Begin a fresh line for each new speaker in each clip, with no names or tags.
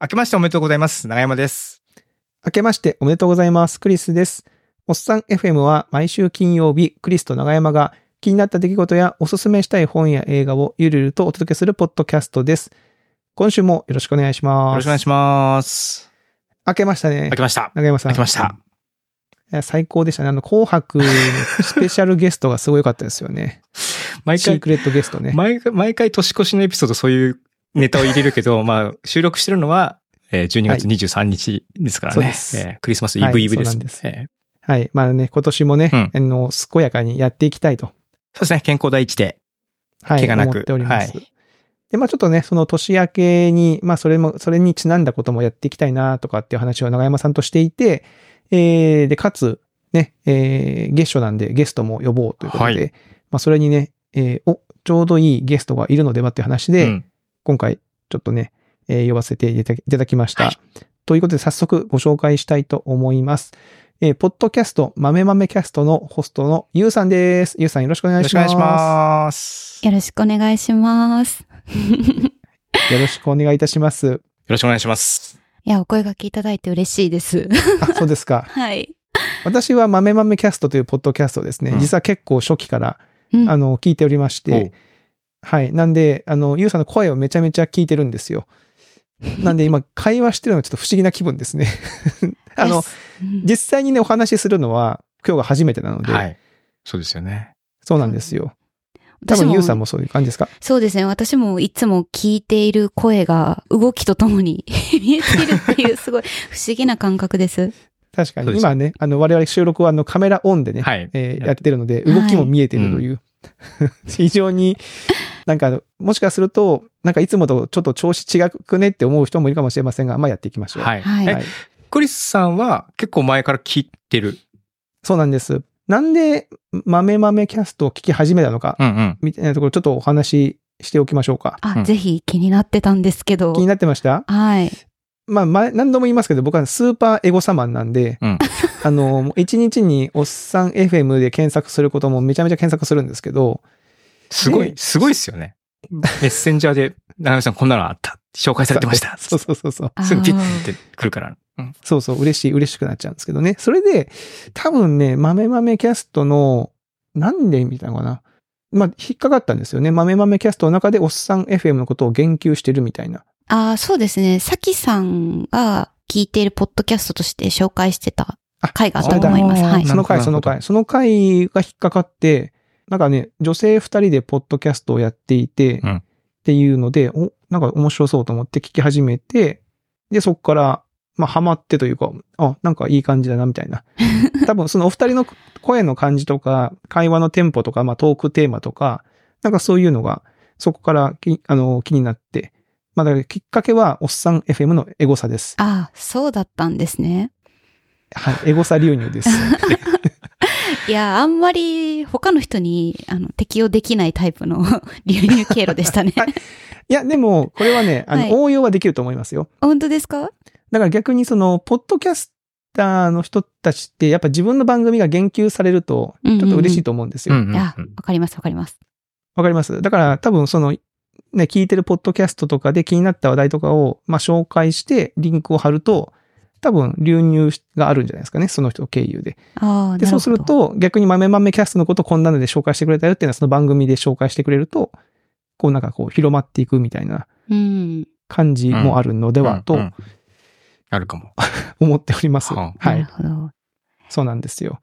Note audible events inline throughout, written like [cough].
明けましておめでとうございます。長山です。
明けましておめでとうございます。クリスです。おっさん FM は毎週金曜日、クリスと長山が気になった出来事やおすすめしたい本や映画をゆるゆるとお届けするポッドキャストです。今週もよろしくお願いします。
よろしくお願いします。
明けましたね
明。けました。
長山さん。
明けました。
いや最高でしたね。あの、紅白のスペシャルゲストがすごい良かったですよね。
毎
シー
回、
クレットゲストね。
毎回、毎回年越しのエピソードそういうネタを入れるけ [laughs] ど、まあ、収録してるのは、えー12月23日ですからね。
そうです
えークリスマスイ
はい
ブイブ
そう
です。
なんです
えー
はい。まあね、今年もね、
うん
あの、健やかにやっていきたいと。
そうですね。健康第一で。
はい。
怪我なく
思っております。
は
で、まあちょっとね、その年明けに、まあそれも、それにちなんだこともやっていきたいなとかっていう話を長山さんとしていて、えー、で、かつ、ね、えー、月初なんでゲストも呼ぼうということで、
は
まあそれにね、えー、お、ちょうどいいゲストがいるのではっていう話で、
うん
今回ちょっとね、えー呼ばせていただきいただきました。
はい
ということで早速ご紹介したいと思います。えーポッドキャスト、まめまめキャストのホストのゆうさんです。ゆうさんよろしくお願
よ
い
ろし
し
くお願
ま
い
す。
します。
よ
よ
ろしくお願いします。 [laughs]
よろしくお願いいた
[laughs]
します。
ろしくお願いします。
いや、お声掛けいただいて嬉し
[laughs]
いです。
あ、そうですか。
はい。
私はまめまめキャストというポッドキャストですね
う。ん
実は結構初期から、
うん
あの、聞いておりまし
おう
て、はい。なんで、あの、ゆうさんの声をめちゃめちゃ聞いてるんですよ。なんで今、会話してるのがちょっと不思議な気
[laughs]
分ですね。あの
で、すうん
実際にね、お話しするのは、今日が初めてなので、
はい。そうですよね。
そうなんですよ。多
私
分、
も
ゆうさんもそういう感じですか
そうですね。私もいつも聞いている声が動きとともに [laughs] 見えているっていうすごい不思議な感覚です。
確か
そう
に。
です
今ね、あの、我々収録はあの、カメラオンでね、
はい。
えーやってるので、動きも見えてるという。 [laughs] 非常に、なんかあの、もしかすると、なんかいつもとちょっと調子違くねって思う人もいるかもしれませんが、まあやっていきましょう。
はい。
はい
え、クリスさんは結構前から聞いてる。
そうなんです。なんで、豆豆キャストを聞き始めたのか、
うんうん。
みたいなところ、ちょっとお話ししておきましょうか。
あ、
うん
ぜひ気になってたんですけど
気。になってました
はい。
まあ、前、何度も言いますけど、僕はスーパーエゴサマンなんで、
うん
あの、もう一日におっさん FM で検索することもめちゃめちゃ検索するんですけど、
すごい
ね、
すごいっすよ [laughs] ね。メッセンジャーで、長山さんこんなのあった。紹介されてま [laughs] した。
[laughs] そうそうそうそう。
あー
すぐピッてくるから。うん
そうそう、嬉しい、嬉しくなっちゃうんですけどね。それで、多分ね、豆豆キャストの、なんで見たのかな。まあ、引っかかったんですよね。豆豆キャストの中でおっさん FM のことを言及してるみたいな。
あーそうですね。さきさんが聞いているポッドキャストとして紹介してた回があったと思います。
あ
はい
な
そ。の回、そ
な
の
る
回。その回が引っかかって、なんかね、女性二人でポッドキャストをやっていて、
うん
っていうので、お、なんか面白そうと思って聞き始めて、で、そこから、まあ、ハマってというか、あ、なんかいい感じだな、みたい [laughs] な。多分、そのお二人の声の感じとか、会話のテンポとか、まあ、トークテーマとか、なんかそういうのが、そこからき、あの、気になって。まあ、だからきっかけは、おっさん FM のエゴサです。
あーそうだったんですね。
はい。エゴサ流入です。
いや、あんまり他の人にあの適用できないタイプの [laughs] 流入経路でしたね。
いや、でも、これはね、あの、
はい
応用はできると思いますよ。
本当ですか
だから逆にその、ポッドキャスターの人たちって、やっぱ自分の番組が言及されると、
うんうんう
ちょ
ん
っと嬉しいと思うんです
う
よ。
ん
わ、
うんうん
あ、わかりますわかります。
かりますだから多分その、ね、聞いてるポッドキャストとかで気になった話題とかを、まあ、紹介して、リンクを貼ると、多分流入があるんじゃないですかね。その人経由で。
ああ、
で、
な
そ
る
うす
ほ
る
ど。
と、逆に豆豆キャストのことこんなので紹介してくれたよっていうのは、その番組で紹介してくれると、こうなんかこう広まっていくみたいな
うん。
感じもあるので
で
はと
あるかも。
思っております。
は
は
ないる。ほど。
そうなんですよ。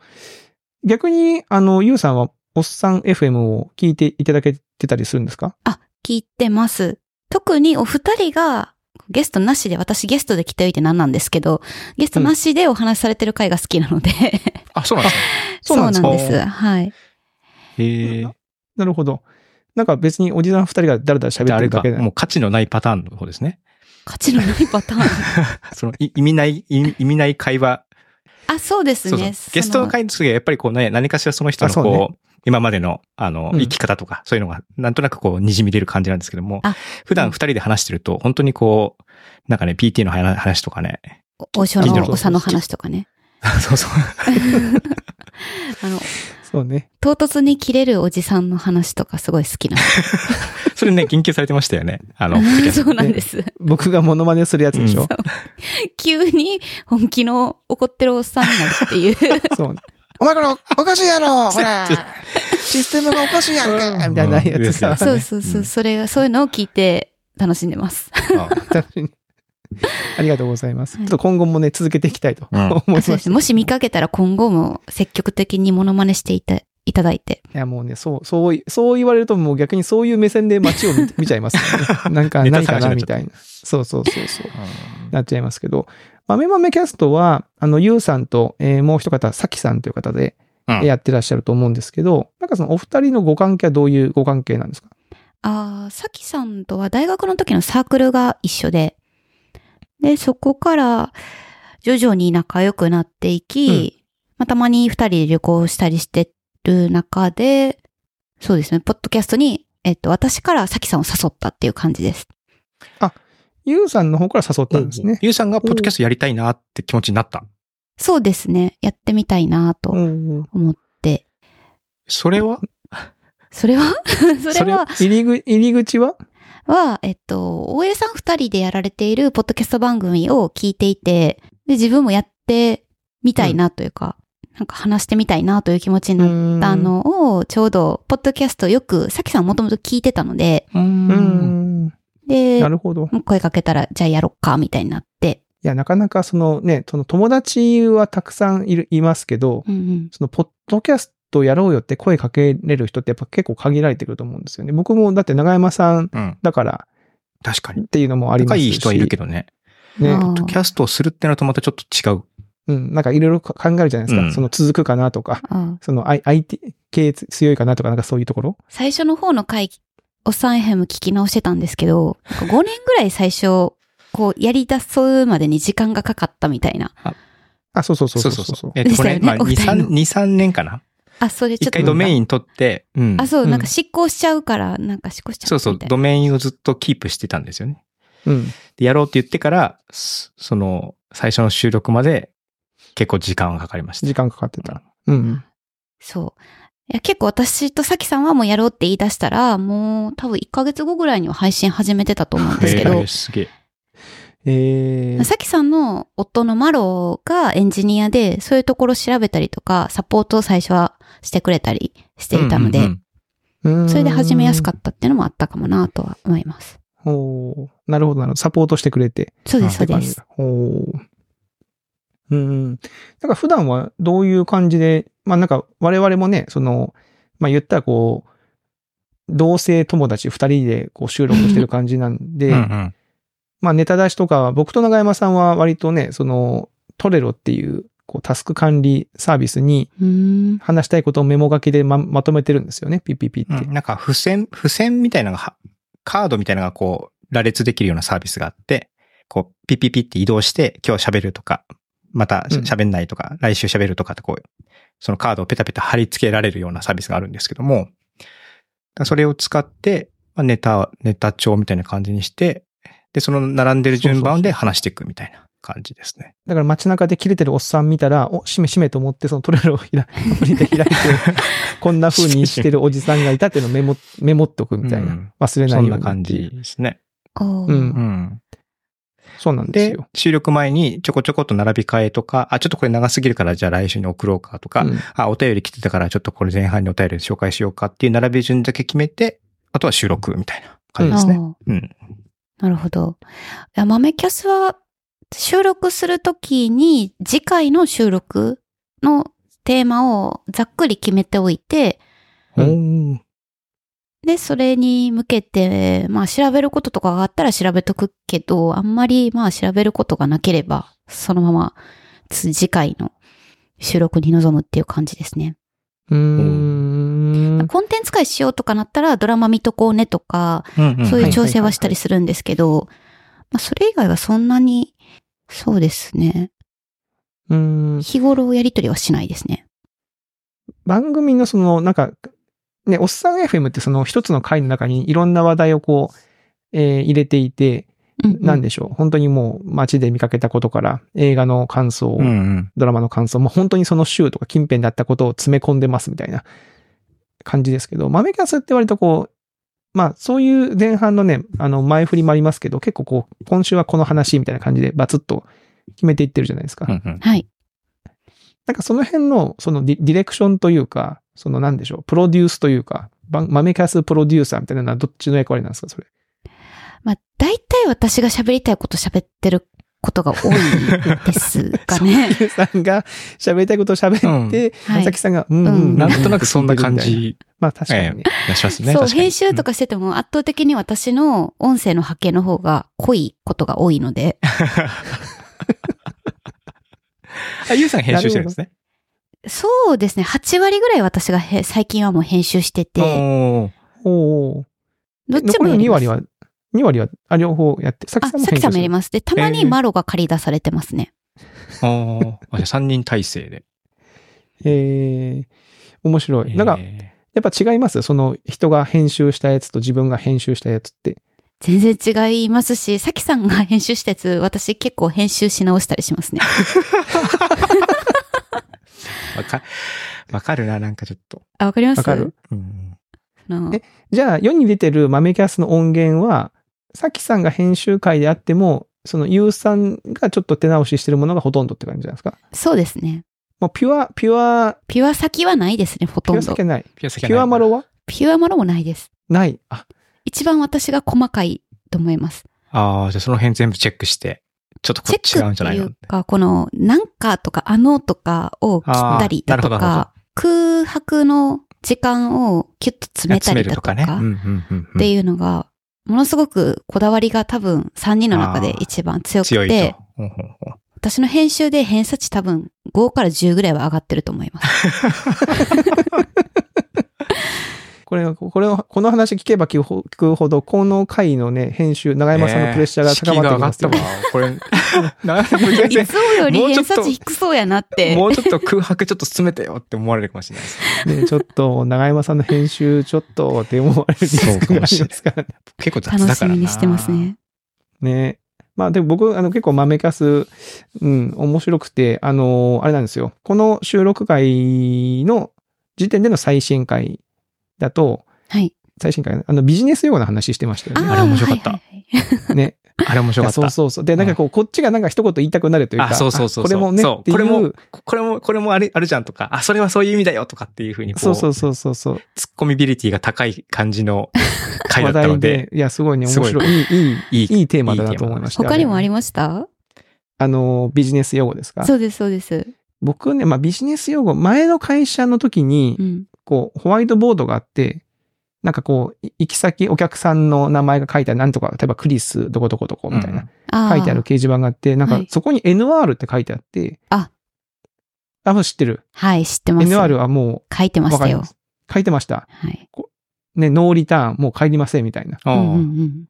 逆に、あの、ゆうさんは、おっさん FM を聞いていただけてたりするんですか
あ、聞いてます。特にお二人がゲストなしで、私ゲストで来ておいて何なんですけど、ゲストなしでお話しされてる回が好きなので、
あ、そうなんですね。
そうな
[laughs]
ん
そうなん
で
です
す。はい。
へえ。
なるほど。なんか別におじさん二人がだらだら喋
じゃああ
っ
れ
てるだ
か、
けで。
もう価値のないパターンの方です [laughs] ね。
価値のないパターン。
そのい意味ない、意意味ない会話。
あ、そうです
そうそう
ね。
ゲストの
その
会の時はやっぱりこうね、何かしらその人の
あそうね
こう、今までの、あの、
うん
生き方とか、そういうのが、なんとなくこう、滲み出る感じなんですけども
あ、
普
う
段
ん
二人で話してると、本当にこう、なんかね、PT の話話とかね。
お、お正
近所
の
の [laughs]
おさの話とかね。
そうそう。
あの、
そうね。
唐突に切れるおじさんの話とかすごい好きな
それね、研究されてましたよね。あの、
の。 [laughs] そうなんです。
僕がモノマネするやつでしょ。
[laughs] 急に本気の怒ってるおっさんになるって [laughs] いう。
そう。
お前これおかしいや
[laughs]
ろほらシステムがおかしいやんか
みたいなやつさ。 [laughs]
うん
そうそうそうう。
ん
それが、そういうのを聞いて楽しんでます。
あ
確かにありがとうございます。ち
は
ょ
い
っと今後もね、続けていきたいと
うん
[laughs] 思いま。
そうです [laughs] すね。もし見かけたら今後も積極的にモノマネしていたいただいて。
いや、もうね、そう、そうい、そう言われるともう逆にそういう目線で街を見見ちゃいま
[laughs]
すよね。なんか、
ネタ探
何か
し
な
にな
み
っちゃ
た
う
いな。そうそうそうそう。
うん
なっちゃいますけど、豆豆キャストは、あの、ゆうさんと、えーもう一方、さきさんという方で、
うん
えーやってらっしゃると思うんですけど、なんかそのお二人のご関係はどういうご関係なんですか
ああ、さきさんとは大学の時のサークルが一緒で、で、そこから徐々に仲良くなっていき、まあたまに二人で旅行したりしてる中で、そうですね、ポッドキャストに、えっと、私からさきさんを誘ったっていう感じです。
ゆうさんの方から誘ったんですね。
ゆうさんがポッドキャストやりたいなって気持ちになった。
そうですね、やってみたいなと
うんうん
思って、
それは
そ
[laughs]
れはそれは、
入りぐ入り口は
は、えっと、大江さん二人でやられているポッドキャスト番組を聞いていて、で、自分もやってみたいなというか、なんか話してみたいなという気持ちになっ
ん
た。のを、ちょうど、ポッドキャストよく、さきさんもともと聞いてたので、
う
う。ん。
で
な、るほど。
声かけたら、じゃあやろっか、みたいになって、
いや、なかなかそのね、その友達はたくさんいる、いますけど、
うんうん。
そのポッドキャストやろうよって声かけれる人ってやっぱ結構限られてくると思うんですよね。僕もだって長山さん
うん。
だから
確か
っ
に。
ていうのもありま
仲
すし。
いい人はいるけどね。
ね
あー
ポッドキャストをするってなるとまたちょっと違う。
うん、なんかいろいろ考えるじゃないですか。
うん
その続くかなとか、
あ
その I- IT 系強いかなとか、なんかそういうところ。
最初の方の回、おっさん FM 聞き直してたんですけど、なんか5年ぐらい最初、こう、やり出すまでに時間がかかったみたいな。
あ、そうそうそうそうそう
えっと、これ、
でした
まあ、
よね
2、
お二人の
3、2 3年かな。
あ、それち
一
ょっと。
回ドメイン取って、うん。
あ、そう、
うん
なんか執行しちゃうから、なんか執行しちゃう
そうそう、
みたい
ド
な
メインをずっとキープしてたんですよね。
うん。
で、やろうって言ってから、すその、最初の収録まで結構時間がかかりました。
時間かかってた。うん。
そう。いや、結構私とさきさんはもうやろうって言い出したら、もう多分1ヶ月後ぐらいには配信始めてたと思うんですけ
え
ど
ー、すげえ。
えー、
さきさんの夫のマロがエンジニアで、そういうところ調べたりとか、サポートを最初はしてくれたりしていたので、
うんうんうん
それで始めやすか
っ
ったっていうのもあったかもなとは思います。
た。おーなるほど、なるほど。サポートしてくれて。
そうです、そ
っ
う
て感
で
じ
す。
だ。おーうん。だから普段はどういう感じで、まあなんか我々もね、その、まあ言ったらこう、同性友達二人でこう収録してる感じなんで、
うんうん
まあネタ出しとかは、僕と長山さんは割とね、その、トレロっていう、こう、タスク管理サービスに
うーん。
話したいことをメモ書きでま、まとめてるんですよね、ピッピッピって。
うんなんか、付箋、付箋みたいなのがは、カードみたいなのがこう、羅列できるようなサービスがあって、こう、ピッピッピって移動して、今日喋るとか、またし
うん
喋んないとか、来週喋るとかってこう、そのカードをペタペタ貼り付けられるようなサービスがあるんですけども、だからそれを使って、まあ、ネタ、ネタ帳みたいな感じにして、で、その並んでる順番で話していくみたいな感じですね。
だから街中で切れてるおっさん見たら、お、しめしめと思って、そのトレロをひらアプリ [laughs] で開いて、こんな風にしてるおじさんがいたっていうのをメモ、メモっとくみたいな。
うん
忘れな
そ
い
ん
よう
な
に
感じ。ですね。
おー
うん
うん。
そうなんです
で
よ。、
収録前にちょこちょこと並び替えとか、あ、ちょっとこれ長すぎるからじゃあ来週に送ろうかとか、
うん
あ、お便り来てたからちょっとこれ前半にお便り紹介しようかっていう並び順だけ決めて、あとは収録みたいな感じですね。
おー
うん。
なるほど。いや豆キャスは収録するときに次回の収録のテーマをざっくり決めておいて、
うん
おー
で、それに向けて、まあ調べることとかがあったら調べとくけど、あんまりまあ調べることがなければ、そのままつ次回の収録に臨むっていう感じですね。
うーん。
コンテンツ会しようとかなったらドラマ見とこうねとか、
うんうん
そういう調整はしたりするんですけど、まあそれ以外はそんなに、そうですね。
うーん。
日頃やりとりはしないですね。
番組のその、なんか、ね、おっさん FM ってその一つの回の中にいろんな話題をこう、えー入れていて、
うん
なんでしょう。本当にもう街で見かけたことから、映画の感想、
うんうん。
ドラマの感想、もう本当にその週とか近辺だったことを詰め込んでますみたいな感じですけど、豆キャスって割とこう、まあそういう前半のね、あの前振りもありますけど、結構こう、今週はこの話みたいな感じでバツッと決めていってるじゃないですか。
うんうん。
はい。
なんかその辺の、そのディディレクションというか、そのなんでしょう、プロデュースというか、番豆キャスプロデューサーみたいなのはどっちの役割なんですか、それ。
まあ、大体私が喋りたいこと喋ってることが多いですか
[laughs]
ね。
ゆうさんが喋りたいことを喋って、
はい
まさきさんが、うん、う
う
[laughs]
ん
ん、
なんとなくそんな感。じ
まあ確かにね。
がしますね。
そう、
確かに
編集とかしてても圧倒的に私の音声の波形の方が濃いことが多いので、
あ、ゆうさん編集してるんですね。
そうですね、8割ぐらい私がへ最近はもう編集してて、
おー
おー
どっち
残
も
り
や
の
り
2
ま
割は、
す。
2割は、あ、両方やって、さ
あ、
き
さ
さんも
きさんもやり
ま
ます。で、たまにマロが借り出されてますね。
おーあ、じゃあ3人体制で。
す。えー、面白い。 [laughs] なんか、や
え
っぱ違いますその人が編集したやつと自分が編集したやつって。
全然違いますし、さきさんが編集したやつ、私結構編集し直したりしま
[laughs]
すね。
ーわか、わかるな、なんかちょっと。
あ、わかります
わかる
うん
あの
えじゃあ、世に出てる豆キャスの音源は、さきさんが編集会であっても、その、ゆうさんがちょっと手直ししてるものがほとんどって感じじゃないですか。
そうですね。
もう、ピュア、ピュア、
ピュア先はないですね、ほ
ピ
と
ュ
ん
ア
ど
先。ない。
ピュア先
ピ
はない
ュアマロは
ピュアマロもないです。
ない。あ、
一番私が細かいと思います。
ああ、じゃあその辺全部チェックして、ちょっとこ
チェ
っち違う
ッ
ん
ク
じ
っ
ゃな
て
い
い
の
うか、この、なんかとか、あのとかを切ったりだと
あーなる
か、空白の時間をキュッと詰めたりだとか、
ね。うんうんうんうん
っていうのが、ものすごくこだわりが多分3人の中で一番強く
強い
て
と、。ほんほんほん
私の編集で偏差値多分5から10ぐらいは上がってると思い
[laughs]
ます。
これ、これを、この話聞けば聞くほ聞くほど、この回のね、編集、長山さんのプレッシャーが高まってきますよ
ね敷居が上がったわ。これ、な
いつもより
もうちょ
偏
っと
差値低そうやなっ
[laughs]
て。
もうちょっと空白ちょっと詰めてよって思われるかもしれないです。 [laughs]
ね、ちょっと、長山さんの編集、ちょっと、って思われるリスクがありま
[laughs]
すからね。
結構雑だからな
楽しみにしてます。ね。
ね。まあ、でも僕、あの、結構豆かす、うん、面白くて、あの、あれなんですよ。この収録会の時点での最新回だと、
はい。
最新回、あの、ビジネス用語の話してましたよ
ー
あれ面白かった
はいはいはい
ね。 [laughs] ね。
あれ面白かっ
いや
た。
そうそうそう。で、なんかこう、こっちがなんか一言言いたくなるというか、
あそうそうそうそう
あこれもね、
そう
ってい
これも
う、
これも、これもあれ、あるじゃんとか、あ、それはそういう意味だよとかっていうふうに、こ、
そううそ
ツッ
うそうそうそう。
コミビリティが高い感じの回だ
話
ったの
題
で
で、、いや、すごいね、面
すごい
白い。いい、い
い
い、
い
いいテーマだなと思いました。
他にもあり
ま
ました
あの、ビジネス用語ですか
そうです、そうです。
僕ね、まあビジネス用語、前の会社の時に
う、ん。
こう、ホワイトボードがあって、なんかこう、い行き先、お客さんの名前が書いてある、なんとか、例えばクリス、どこどこどこ、みたいな、
あ
書いてある掲
ー
示板があって、なん
は
か
い
そこに NR って書いてあって、
あ、
あ、もう知ってる。
はい、知ってます。
NR はも
書いて
う、
ま
わ
し
か
た
り
よ
ま。す。書いてました。
はい。
ね、ノーリターン、もう帰りません、みたいな。
う
う
ん
んうんうん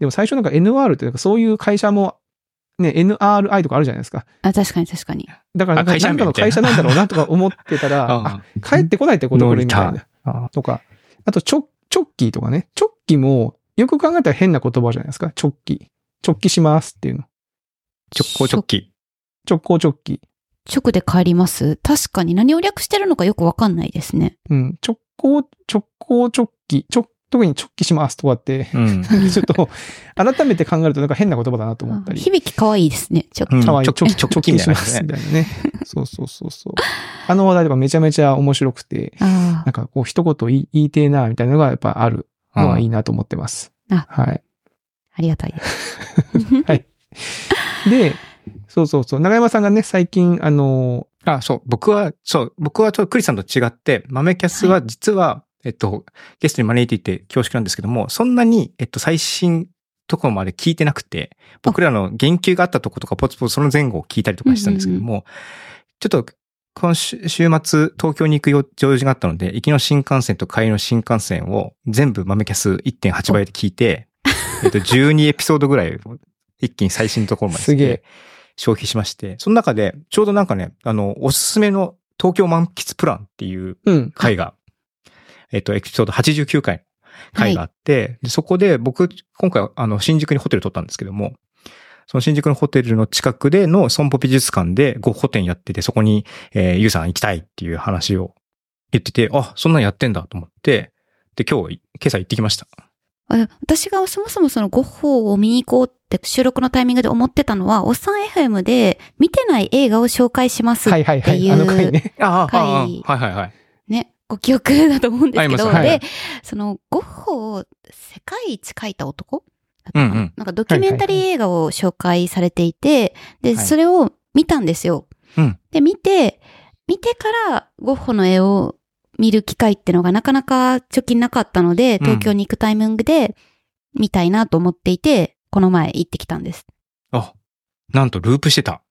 でも最初なんか NR ってなんかそういう会社も、ね、NRI とかあるじゃないですか。
あ、確かに確かに。
だからなん
あ
か
会社名
なんかの
みたいな
会社なんだろうなとか思って
[laughs]
たら、あ、
あ
帰ってこないってこと
ノ
こ
ー
れ
リ
み
タ
た
ーン
いな。
あ
とか、あとチョ、チョッキーとかね。チョッキーも、よく考えたら変な言葉じゃないですか。チョッキー。チョッキしますっていうの。
直行直帰。
直行チョッキー。
直で帰ります。確かに何を略してるのかよくわかんないですね。
うん。直行、直行チョッキー。直特にチョッキしますとかって、 [laughs]
うん。
ちょっと、改めて考えるとなんか変な言葉だなと思ったり。
響き可愛いですね。ちょ
うん
かわいい。
直帰直帰みたいな
直
感じ
します
ね
みたいなね。そうそうそうそう。あの話題とかめちゃめちゃ面白くて、
あ
なんかこう一言言い言いてえな、みたいなのがやっぱあるのはいいなと思ってます。
うんあ
はい。
あ、ありがたいです。
で、そうそうそう。長山さんがね、最近、あの、
あ、そう。僕は、そう。僕はちょっとクリスさんと違って、豆キャスは実は、えっと、ゲストに招いていて恐縮なんですけども、そんなに、えっと、最新ところまで聞いてなくて、僕らの言及があったとことか、ポツポツその前後を聞いたりとかしてたんですけども、ちょっと、今週、週末、東京に行くよ用事があったので、行きの新幹線と帰りの新幹線を全部豆キャス1.8倍で聞いて、えっと、12エピソードぐらいを一気に最新のところまでして
すげえ
消費しまして、その中で、ちょうどなんかね、あの、おすすめの東京満喫プランっていう
うん。
回が、えっと、エピソード89回会があって、でそこで僕、今回、あの、新宿にホテル取ったんですけども、その新宿のホテルの近くでの損保美術館でゴッホ展やってて、そこに、えー、ゆうさん行きたいっていう話を言ってて、あ、そんなんやってんだと思って、で、今日、今朝行ってきました。
あ私がそもそもそのゴッホを見に行こうって収録のタイミングで思ってたのは、おっさん FM で見てない映画を紹介します
はいはいは
ってい
い。
う
あの回ね。
あ
ああ
はいはいはい。
ね、ご記憶だと思うんですけど、
ありますはい
で、その、ゴッホを世界一描いた男だった
うん
か
う
な,、
ん。
んかドキュメンタリー映画を紹介されていて、で、
はい
それを見たんですよ。
うん
で、見て、見てからゴッホの絵を見る機会ってのがなかなか貯金なかったので、東京に行くタイミングで見たいなと思っていて、この前行ってきたんです。
あ、なんとループしてた。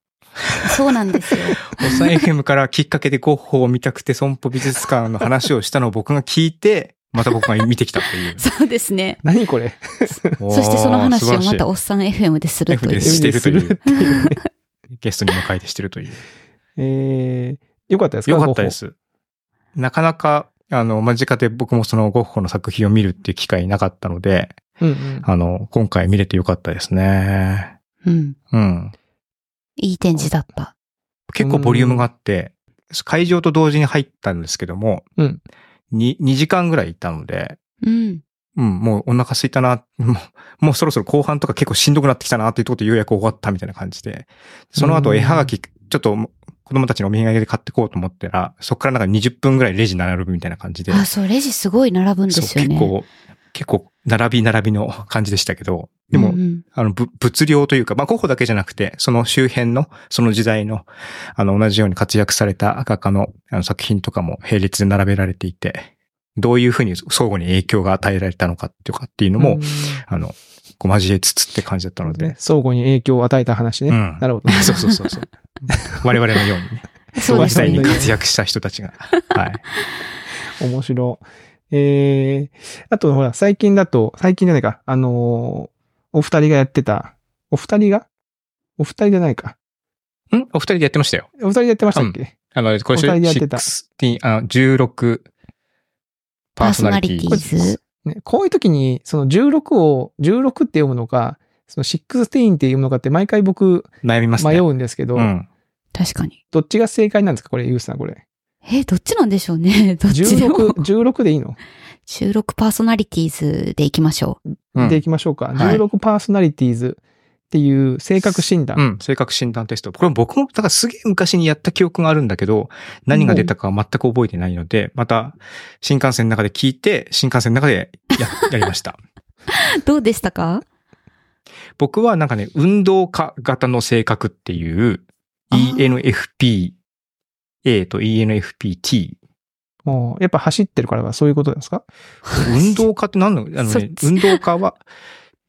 そうなんですよ。
おっさん FM からきっかけでゴッホを見たくて損保美術館の話をしたのを僕が聞い
[laughs]
て、また僕が見てきたっていう。
[laughs] そうですね。
[laughs] 何これ
そ
そしてその話をまたおっさん FM でする
F
とい
で
う。
すしてるという
すっていう
[laughs]
ね
ゲストに迎えてしてるという。
えー、よかったですか
よかったで。す。なかなか、あの、間近で僕もそのゴッホの作品を見るっていう機会なかったので、
ゴッホうんうん。
あの、今回見れてよかったですね。
うん。
うん。
いい展示だった。
結構ボリュームがあって、会場と同時に入ったんですけども、
うん
に2時間ぐらいいたので、
うん。
うん、もうお腹空いたな、もうもうそろそろ後半とか結構しんどくなってきたなっていうところでようやく終わったみたいな感じで、その後
うん
絵はがき、ちょっと子供たちのお土産で買ってこうと思ったら、そこからなんか20分ぐらいレジ並ぶみたいな感じで、
あ、そう、レジすごい並ぶんです
そう
よね。
結構、結構並び並びの感じでしたけど、でも、
うんうん
あの、ぶ物量というか、まあ、候補だけじゃなくて、その周辺の、その時代の、あの、同じように活躍された赤家のあの作品とかも並列で並べられていて、どういうふうに相互に影響が与えられたのかっていうかっていうのも、
ん
あの、こう交えつつって感じだったので。
ね相互に影響を与えた話ね。
うん
なるほ
[laughs]
ど。
そうそうそうそう。我々のようにね。
そうで
実
す
際
ね
に活躍した人たちが。はい。
面白い。えー、あとほら、最近だと、最近じゃないか、あのーお二人がやってた、お二人がお二人じゃないか。
んお二人でやってましたよ。
お二人でやってましたっけ、
あの、これ、
お二人でやってた
16あの16パーソナリティーズ。
パーソナリティーズ
ね、こういう時に、その16を、16って読むのか、その16って読むのかって毎回僕
悩みますね。
迷うんですけど、
うん。
確かに。
どっちが正解なんですかこれ、ユースさん、こ
[laughs]
れ。
え、どっちなんでしょうね。 [laughs] どっちで
16
も。、
16でいいの、
収録パーソナリティーズでいきましょう。
うん
でいきましょう
は
か。
い
16パーソナリティーズっていう性格診断。
うん。性格診断テスト。これ僕も、だからすげえ昔にやった記憶があるんだけど、何が出たかは全く覚えてないので、また、新幹線の中で聞いて、新幹線の中でや、 [laughs] やりました。
どうでしたか
僕はなんかね、運動家型の性格っていう、
あー
ENFPA と ENFPT。
もうやっぱ走ってるからはそういうことなんですか
運動家って何なのあの
そっ
ね、
ち
運動家は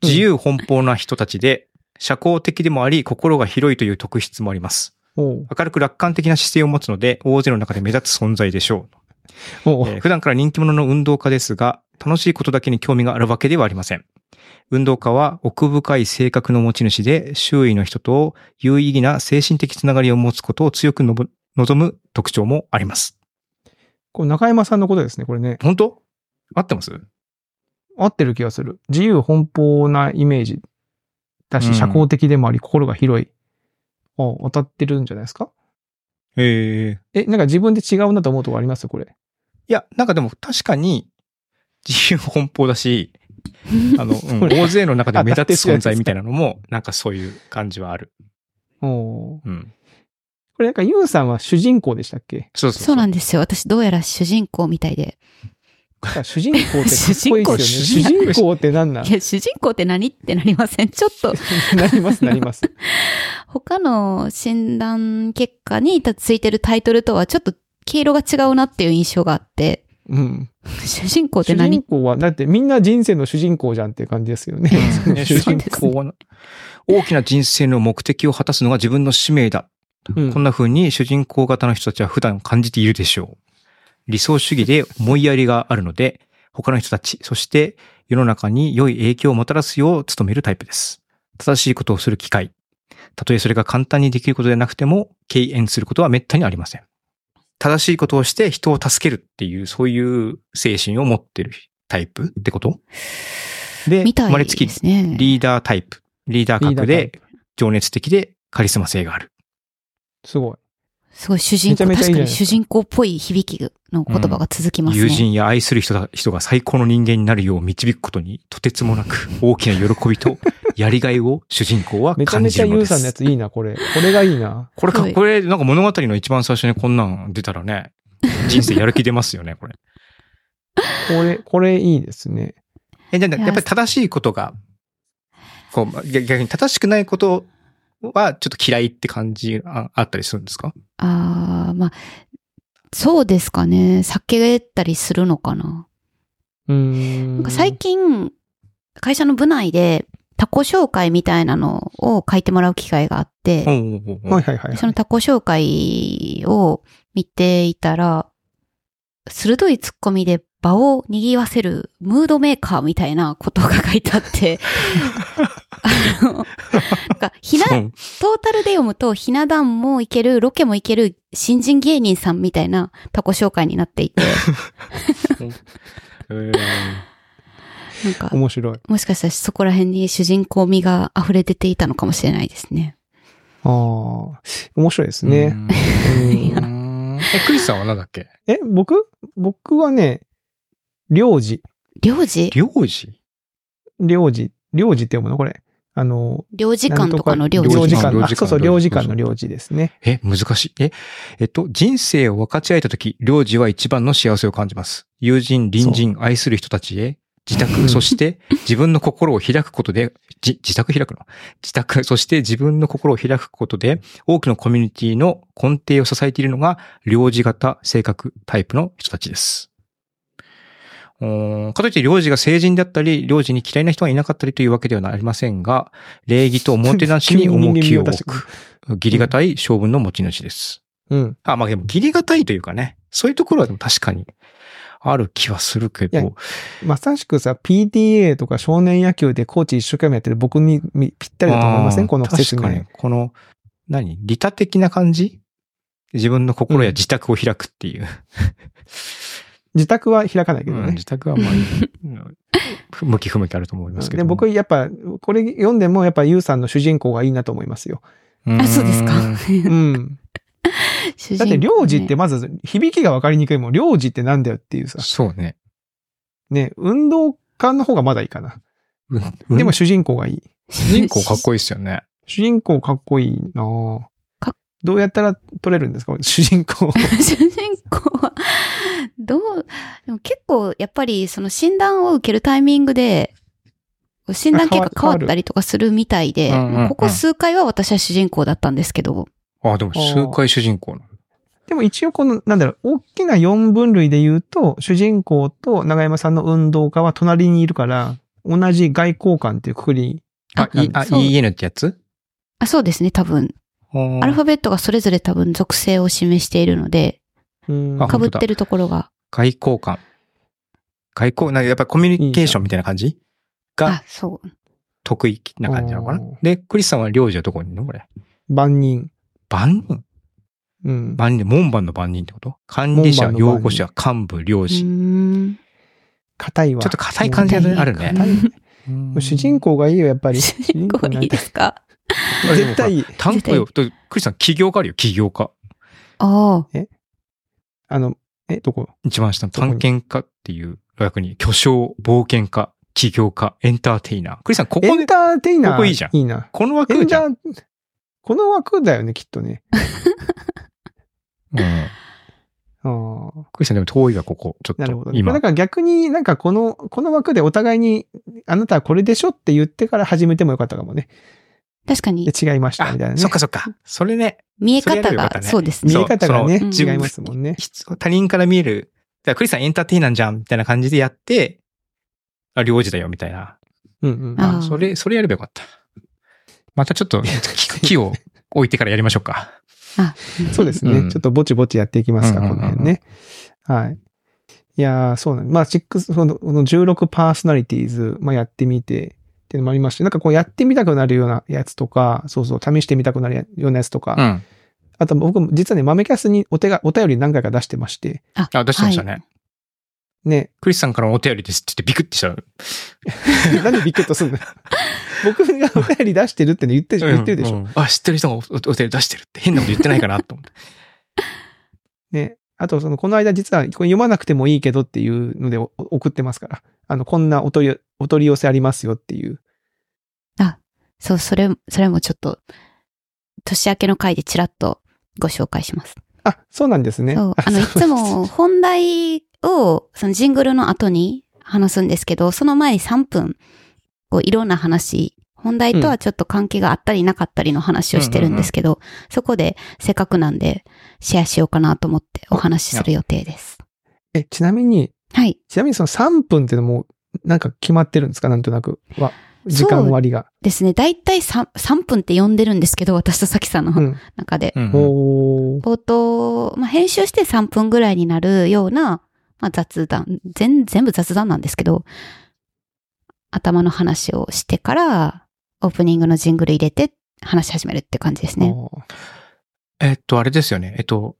自由奔放な人たちで、社交的でもあり、心が広いという特質もあります。
おう
明るく楽観的な姿勢を持つので、大勢の中で目立つ存在でしょう。
おう
えー普段から人気者の運動家ですが、楽しいことだけに興味があるわけではありません。運動家は奥深い性格の持ち主で、周囲の人と有意義な精神的つながりを持つことを強くのぼ望む特徴もあります。
これ中山さんのことですね、これね。
本当合ってます
合ってる気がする。自由奔放なイメージだ
う
し、
ん
社交的でもあり、心が広い。お当たってるんじゃないですか
えー、
え、なんか自分で違うなと思うとこありますこれ。
いや、なんかでも確かに、自由奔放だ [laughs] し、あの、うん
これ
大勢の中で目立つ存在みたいなのも、なんかそういう感じはある。
おう
うん。
これなんかユウさんは主人公でしたっけ
そうそう
[laughs] そうなんですよ。私、どうやら主人公みたいで。
だから主人公ってかっ
[laughs]
こいいです
主
よね。主
人公
人公って何なん
いや、主人公って何ってなりません。ちょっと、
[laughs] なります、なります。
他の診断結果についてるタイトルとはちょっと毛色が違うなっていう印象があって、
うん。
主人公って
主
何
人公は、だってみんな人生の主人公じゃんっていう感じですよね。
[laughs] うんね主人公は、大きな人生の目的を果たすのが自分の使命だ。
うん
こんな風に主人公型の人たちは普段感じているでしょう。理想主義で思いやりがあるので、他の人たち、そして世の中に良い影響をもたらすよう努めるタイプです。正しいことをする機会。たとえそれが簡単にできることでなくても、敬遠することは滅多にありません。正しいことをして人を助けるっていう、そういう精神を持ってるタイプってことで、
みた
生まれ
い
つき
ですね。
リーダータイプ。リーダー格
リーダータイ
で情熱的でカリスマ性がある。
すごい。
すごい主人公、
めちゃめちゃいい
確か
じゃないで
に
すか
主人公っぽい響きの言葉が続きますね。
友人や愛する人だ人が最高の人間になるよう導くことにとてつもなく大きな喜びとやりがいを主人公は
めちゃ
感
め
じ
ちゃ
るの
ユ
で
ウさんのや
す。
ついいな、これ。これがいいな。
これ
は
か、
い
これなんか物語の一番最初にこんなん出たらね、人生やる気出ますよね、これ。
これ、これいいですね。
え、じゃあ
いや
やっぱり正しいことが、こう、ま逆逆に正しくないことはちょっと嫌いって感じああったりするんですか
ああ、まあ、そうですかね。避けたりするのかな。
うーん。
なんか最近、会社の部内で、タコ紹介みたいなのを書いてもらう機会があって、
おうおうおう
はいはいはい。
そのタコ紹介を見ていたら、鋭いツッコミで場を賑わせるムードメーカーみたいなことが書いて
[laughs]
あって、あの、なんかひな、
う
ト
ん
ータルで読むと、ひな壇もいける、ロケもいける、新人芸人さんみたいなタコ紹介になっ
[laughs]
ていて、
えー
なんか、
面白い。
もしかしたらそこら辺に主人公味が溢れ出ていたのかもしれないですね。
ああ、面白いですね。
う
うん
ーん。え、クリスさんは何だっけ
え、僕僕はね、領事。
領事
領事
領事。領事って読むのこれ。あの、
領事館とかの領
領事
領
事
事
館
館。あそうそう、領
領事
事
館
館の領事ですね。
え、難しい。え、えっと、人生を分かち合えたとき、領事は一番の幸せを感じます。友人、隣人、愛する人たちへ、自
うん
宅、そ
[laughs]
して自分の心を開くことで、じ自宅開くの自宅、そして自分の心を開くことで、多くのコミュニティの根底を支えているのが、領事型性格タイプの人たちです。うーんかといって、領事が成人だったり、領事に嫌いな人がいなかったりというわけではありませんが、礼儀とおもてなし
[laughs]
に重きを置く、義理堅い性分の持ち主です。
うん。
あ、まあでも、義理堅いというかね、そういうところはでも確かにある気はするけ
いや
ど、
まさしくさ、PTA とか少年野球でコーチ一生懸命やってる僕にみぴったりだと思いま
あ
せ
ー
んこの説明。
確かに、この、何利他的な感じ自分の心や自宅を開くって
[laughs]
いう。
自宅は開かないけ
う
ど
ん
ね
自。宅はまあ、うん向き不向きあると思いますけど
で。僕、やっぱ、これ読んでも、やっぱ、ユウさんの主人公がいいなと思います
[laughs]
よ。
ん
あ、そうですか。
うん。
主人公
だ
ね
って、領事ってまず、響きがわかりにくいもん。領事ってなんだよっていうさ。
そうね。
ね、運動家の方がまだいいかな。
で
で
も
も、、主人公がいい。
主人公かっこいいですよね。
主人公かっこいいなぁ
か
どうやったら取れるんですか主
[laughs]
人公。
[laughs] 主人公は、どう、でも結構やっぱりその診断を受けるタイミングで、診断結果
あ変
変
わ
わったりとかするみたいで、
変わるうんうんうん
ここ数回は私は主人公だったんですけど、
あ、でも数回主人公なの
でも一応この、なんだろう、大きな4分類で言うと、主人公と長山さんの運動家は隣にいるから、同じ外交官っていうくくり。
あ、いあ
そう
EN ってやつ
あそうですね、多分。
ア
アルファベットがそれぞれ多分属性を示しているので、
うん
あ
被
本当
っ
だ
てるところが。
外交官。外交、なんかやっぱりコミュニケーションみたいな感じが
あ、そう。
得意な感じなのかな
おー
で、クリスさんは領事はどこにいるのこれ。
万人。
番人
うん。
番人、門番の番人ってこと管理者、
門番の番人
擁護者、幹部、領
う
事。ち
ーん
硬いわ。
ょっと硬い感じがあるね。
硬い
うん
主人公がいいよ、やっぱり。
主人公いいですか
あ [laughs] でも
絶対いい。
単語よ。とクリスさん、起業家あるよ、起業家。
[laughs] ああ。
あの、え、どこ
一番下の
どこに
探検家っていう役に、巨匠、冒険家、起業家、エンターテイナー。クリスさん、こ
エ
こ
ン
で、
ターテイナー。
ここいいじゃん
いいな。
この
エ
枠
ン
じゃん。
ター、この枠だよね、きっとね。
うん
あー
クリスさん、でも遠いがここ、ちょっ
なるほ
と
ど、ね。
今
だ。から逆になんかこの、この枠でお互いに、あなたはこれでしょって言ってから始めてもよかったかもね。
確か
で
に、
違いましたみたいな
あ
ね。
そっかそっか。それね、
見え
そ
方
れよりはま
が、
たね
そうですね。
見え方がね、
そうそ
違
の
いますもんね。
必要他人から見える、じゃあクリスさんエンターテイナーじゃん、みたいな感じでやって、あ、領事だよ、みたいな。
うんうん。
あ
あー
それ、それやればよかった。またちょ
[laughs]
っと、木を置いてからやりましょうか。
そうですね、
うん
ちょっとぼちぼちやっていきますか、
うんうんうん
この辺ね。はい。いやー、そうなんまあ、シックス、そのこの16パーソナリティーズ、まあ、やってみて、っていうのもありまして、なんかこうやってみたくなるようなやつとか、そうそう、試してみたくなるようなやつとか、
ん。
あと僕も実はね、豆キャスにお手が、お便り何回か出してまして、
あ
あ、出してましたね。
ね。
クリスさんからのお便りですって言ってビクってしたの。
[laughs] なんでビクッとすんの僕がお便り出してるってね言ってる言ってるでし
う
ょ。
んうんあ、知ってる人がおおお便り出してるって変なこと言ってないかなと思って。
ね。あと、その、この間実は、これ読まなくてもいいけどっていうのでおお送ってますから。あの、こんなお取り、お取り寄せありますよっていう。
そう、それ、それもちょっと、年明けの回でちらっとご紹介します。
あ、そうなんですね。
そう。あの、い
そう
つも本題を、そのジングルの後に話すんですけど、その前に3分、こう、いろんな話、本題とはちょっと関係があったりなかったりの話をしてるんですけど、そこでせっかくなんでシェアしようかなと思ってお話しする予定です。
え、ちなみに、
はい。
ちなみにその3分っていうのも、なんか決まってるんですかなんとなく。は、時間割が。
ですね。だいたい 3, 3分って呼んでるんですけど、私とさきさん
う
の
ん。
中で。
うん
おー。
冒頭、まあ、編集して3分ぐらいになるような、まあ、雑談全、全部雑談なんですけど、頭の話をしてから、オープニングのジングル入れて話し始めるって感じですね。
おー
えっと、あれですよね。えっと、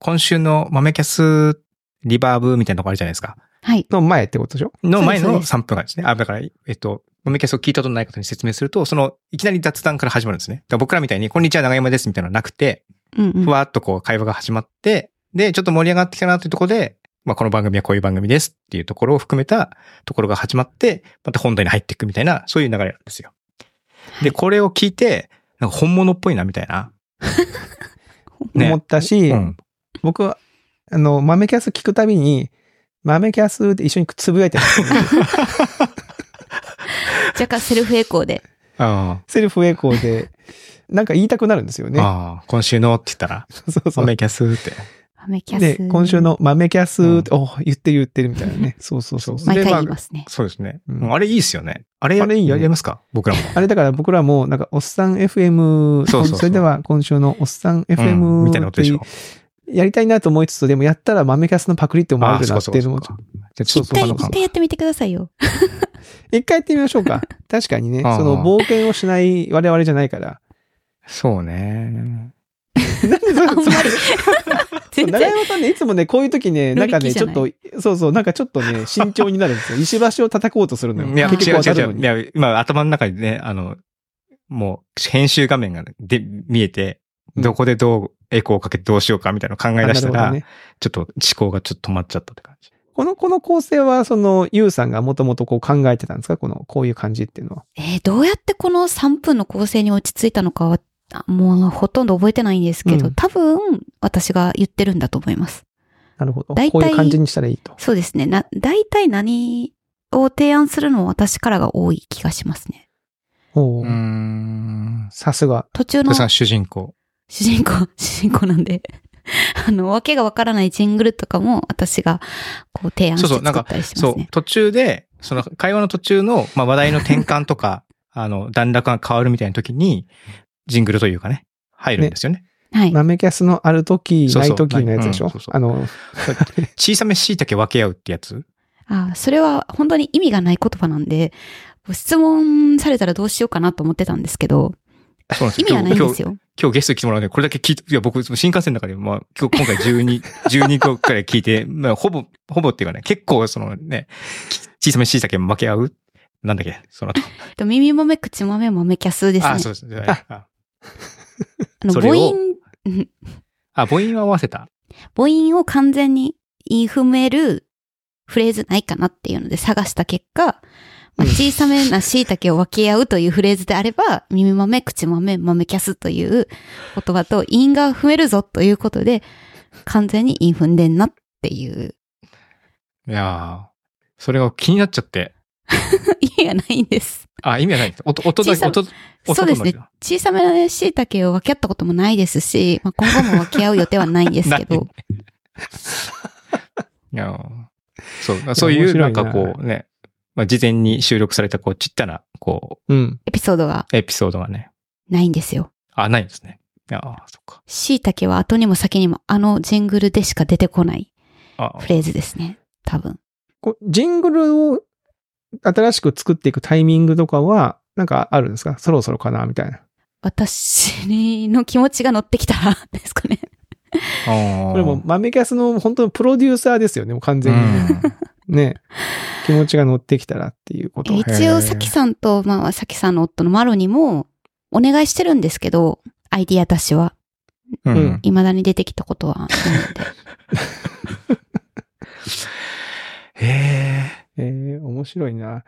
今週の豆キャスリバーブみたいなとこあるじゃないですか。
はい。
の前ってことでしょ
の前
そう
の
です
3分間ですね。あ、だから、えっと、豆キャスを聞いたことないことに説明すると、その、いきなり雑談から始まるんですね。だから僕らみたいに、こんにちは、長山ですみたいなのはなくて、
うんうん
ふわっとこう会話が始まって、で、ちょっと盛り上がってきたなというところで、まあ、この番組はこういう番組ですっていうところを含めたところが始まって、また本題に入っていくみたいな、そういう流れなんですよ。で、これを聞いて、なんか本物っぽいなみたいな。ね
思ったし、
うん。
僕は、あの、豆キャス聞くたびに、豆キャスで一緒につぶやいてる。
若干セルフエコーで。
あ
セルフエコーで、なんか言いたくなるんですよ
ー
ね。
あー、今週のって言ったら、
[laughs] そうそう。
豆キャスって。
豆キャ
で
ス。、
今週。の豆キャスって、お言ってる言ってるみたい
[laughs]
なね。そうそうそう。
毎
で
回
ま
言
あ
いますね。
そうですね。
うん
あれいいですよね。あれ
あれいいよ
やりますか僕らも。
あれだから僕らも、なんか、おっさん FM、
そうそうそう
それでは今週のおっさん
うん
FM
みたいなことでしょ。
やりたいなと思いつつ、でもやったら豆キャスのパクリって思われるなっていうのも
あーそ、うか
そう
一
そう
じゃあ
回、
ちょっと
一回やってみてくださ
[laughs]
いよ。
一回やってみましょうか。確かにね、
[laughs] あー
その冒険をしない我々じゃないから。
そうね。
なんでそ
あんまり。全
長
然。
山さんね、いつもね、こういう時ね、
乗
なんか
り気
ね、
じ
ち
ゃ
ょ
な
っ
い
と、そうそう、なんかちょっ
[laughs]
とね、慎重になるんですよ。石橋を叩こうとするのよ。
いや、違う
結局当
違
たる
う違う。い
のに。
や、今頭の中にね、あの、もう編集画面がで見えて、
うん
どこでどうエコーをかけてどうしようかみたいなのを考え出した
あなる
ら、
ほどね
ちょっと思考がちょっと止まっちゃったって感じ。
この、この構成は、その、ゆうさんがもともとこう考えてたんですかこの、こういう感じっていうのは。
えーどうやってこの3分の構成に落ち着いたのかは、あもうほとんど覚えてないんですけど、
うん
多分私が言ってるんだと思います。
なるほど。
大体
こういう感じにしたらいいと。
そうですね。な、大体何を提案するのは私からが多い気がしますね。
お
う
ー
ーん。
さすが。
途中
そ
の
れさ、主人公。
主人公、 [laughs] 主人公なんで、 [laughs] あの、わけがわからないジングルとかも私がこう提案して
そうそうなん
作
か
ったりしま
そ
す
う
ね。、
途中で、その会話の途中の、まあ、話題の転換とか、 [laughs] あの、段落が変わるみたいな時に、ジングルというかね、入るんですよね。
はい。
豆キャスのある時、
そう
な
そう
い時のやつでし
うん
ょ
そうそう
あの、
小さめ椎茸分け合うってや
[laughs]
つ
あそれは本当に意味がない言葉なんで、こう質問されたらどうしようかなと思ってたんですけど、
そうなんです
意
よ
味がないん
今
で
日
すよ。
今日ゲスト来てもらうんで、これだけ聞いて、いや、僕、新幹線の中で、まあ、今日、今回12、12個 [laughs] くらい聞いて、まあ、ほぼ、ほぼっていうかね、結構、そのね、き小さめ椎茸も負け合うなんだっけその後。
えっと耳豆、口豆、豆キャスですね。
あ、そうです。はいあ、
あの
そ
母
れを
音、
あ母音は合わせた。
母音を完全に言い踏めるフレーズないかなっていうので探した結果、まあ小さめな椎茸を分け合うというフレーズであれば、耳豆、口豆、豆キャスという言葉と韻が踏めるぞということで、完全に韻踏んでんなっていう、 [laughs]
いやーそれが気になっちゃって。
意味がないんです。
あ、意味はないです。音、音だけ、
小さ
音、音
そうですね
と同
小さめな椎茸を分け合ったこともないですし、まあ、今後も分け合う予定はないんですけ
[laughs] ない
ど、
じだいや [laughs] ーそう、そういう、な
面白
ん
いな
かこうね、まあ、事前に収録された、こう、ちったな、こ
うん。
エピソードが
う、エピソードがね、
ないんですよ。
あ、ないんですね。いやーそっか。
椎茸は後にも先にもあのジングルでしか出てこない
あ
フレーズですね。多分。
こうジングルを新しく作っていくタイミングとかは、なんかあるんですかそろそろかなみたいな。
私の気持ちが乗ってきたら [laughs] ですかね。
こ
これもう豆キャスの本当のプロデューサーですよね、もう完全に。ね。気持ちが乗ってきたらっていうこと。
一応、さきさんと、まあ、さきさんの夫のマロにも、お願いしてるんですけど、アイディア出しは、
うん。
う
うんん。
未だに出てきたことはないので。
へ
えー、面白いな。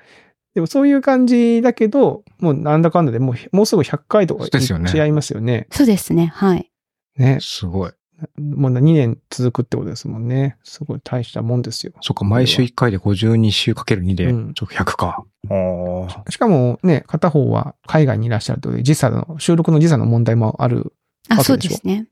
でもそういう感じだけど、もうなんだかんだでもう、もうすぐ100回とか
そうですよね
違いますよね。
そうですね、はい。
ね
え。。すごい。
もう2年続くってことですもんね。すごい大したもんですよ。
そっか、毎週1回で52週かける2で、ち
う
ょ
ん
っと100か。おー
しかもね、片方は海外にいらっしゃるという時差の、収録の時差の問題もある。
あ、
あ
そ
そうう
で
でしょ
すね。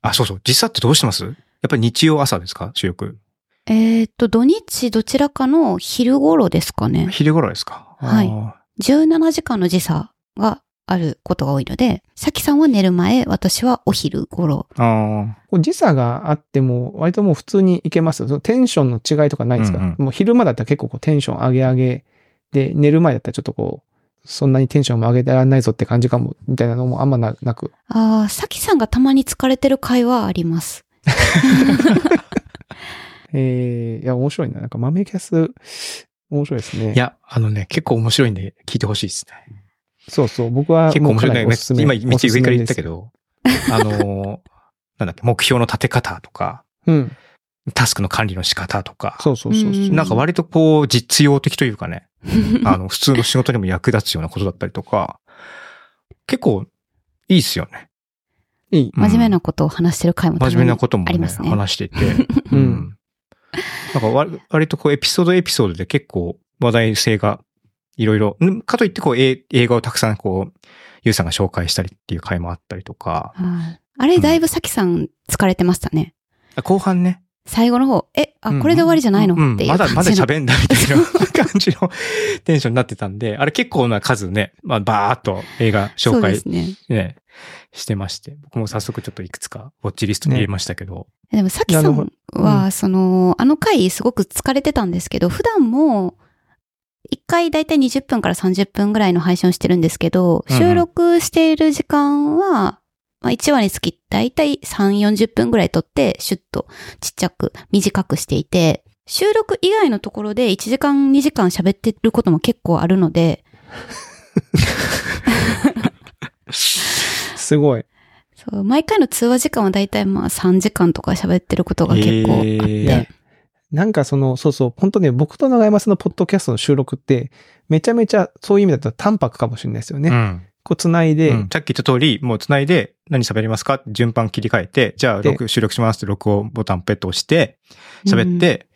あ、そうそう。時差ってどうしてますやっぱり日曜朝ですか収録。
えっと、土日どちらかの昼頃ですかね。
昼頃ですか
はい
あ
17時間の時差があることが多いので、さきさんは寝る前、私はお昼頃。
ーあ
こう時差があっても、割ともう普通にいけます。そのテンションの違いとかないですか、
うん
もう昼間だったら結構こうテンション上げ上げで、寝る前だったらちょっとこう、そんなにテンションも上げてらんないぞって感じかも、みたいなのもあんまななく。
ああ、さきさんがたまに疲れてる会はあります。
えー、いや、面白いな。なんか豆キャス、面白いですね。
ー。い、や、あのね、結構面白いんで聞いてほしいですね。
そうそう。僕は
結構
もう
面
か
白い
なり
ね
おすすめ。
今、道上から言ったけ
ど。
ど、あのー、 [laughs] なんだっけ、目標の立て方とか、
うん。
タスクの管理の仕方とか、
そうそうそうそう。
うん
なんか割とこう、実用的というかね、
[laughs]
あの、普通の仕事にも役立つようなことだったりとか、結構いいっすよね。
いい。
うん
真面目なことを話してる会もたま
真
に
面目なことも
あ
ね、
りますね。
話していて。
うん
うんなんか割割とこうエピソードエピソードで結構話題性がいろいろ、んかといってこうえ映画をたくさんこう、ゆうさんが紹介したりっていう回もあったりとか、
はいあれ、だいぶさきさん疲れてましたね。
あ後半ね、
最後の方、え、あ、
うん
これで終わりじゃないの、
うん
っていう
ま
感じ
だまだ
の。[laughs]
喋んないみたいな [laughs] 感じのテンションになってたんで、あれ結構な数ね、まあバーっと映画紹
そうで
介
すね。
ね、してまして、僕も早速ちょっといくつかウォッチリストに入れましたけど、
でも、さきさ
なるほ
んは、その、あの回すごく疲れてたんですけど、普段も、一回だいたい20分から30分ぐらいの配信をしてるんですけど、
うんうん
収録している時間は、まあ、1話につきだいたい3、40分ぐらい撮って、シュッとちっちゃく、短くしていて、収録以外のところで1時間、2時間喋ってることも結構あるので、
すごい。
そう毎回の通話時間はだいたいまあ3時間とか喋ってることが結構あって、
えー
いや、なんかその、そうそう、本当ね、僕と長山さんのポッドキャストの収録って、めちゃめちゃそういう意味だと淡白かもしれないですよね。
うん
こう繋いで、
うんさっき言った通り、もう繋いで、何喋りますかって順番切り替えて、じゃあ、
で
録収録しますって、録音ボタンペット押して、喋って、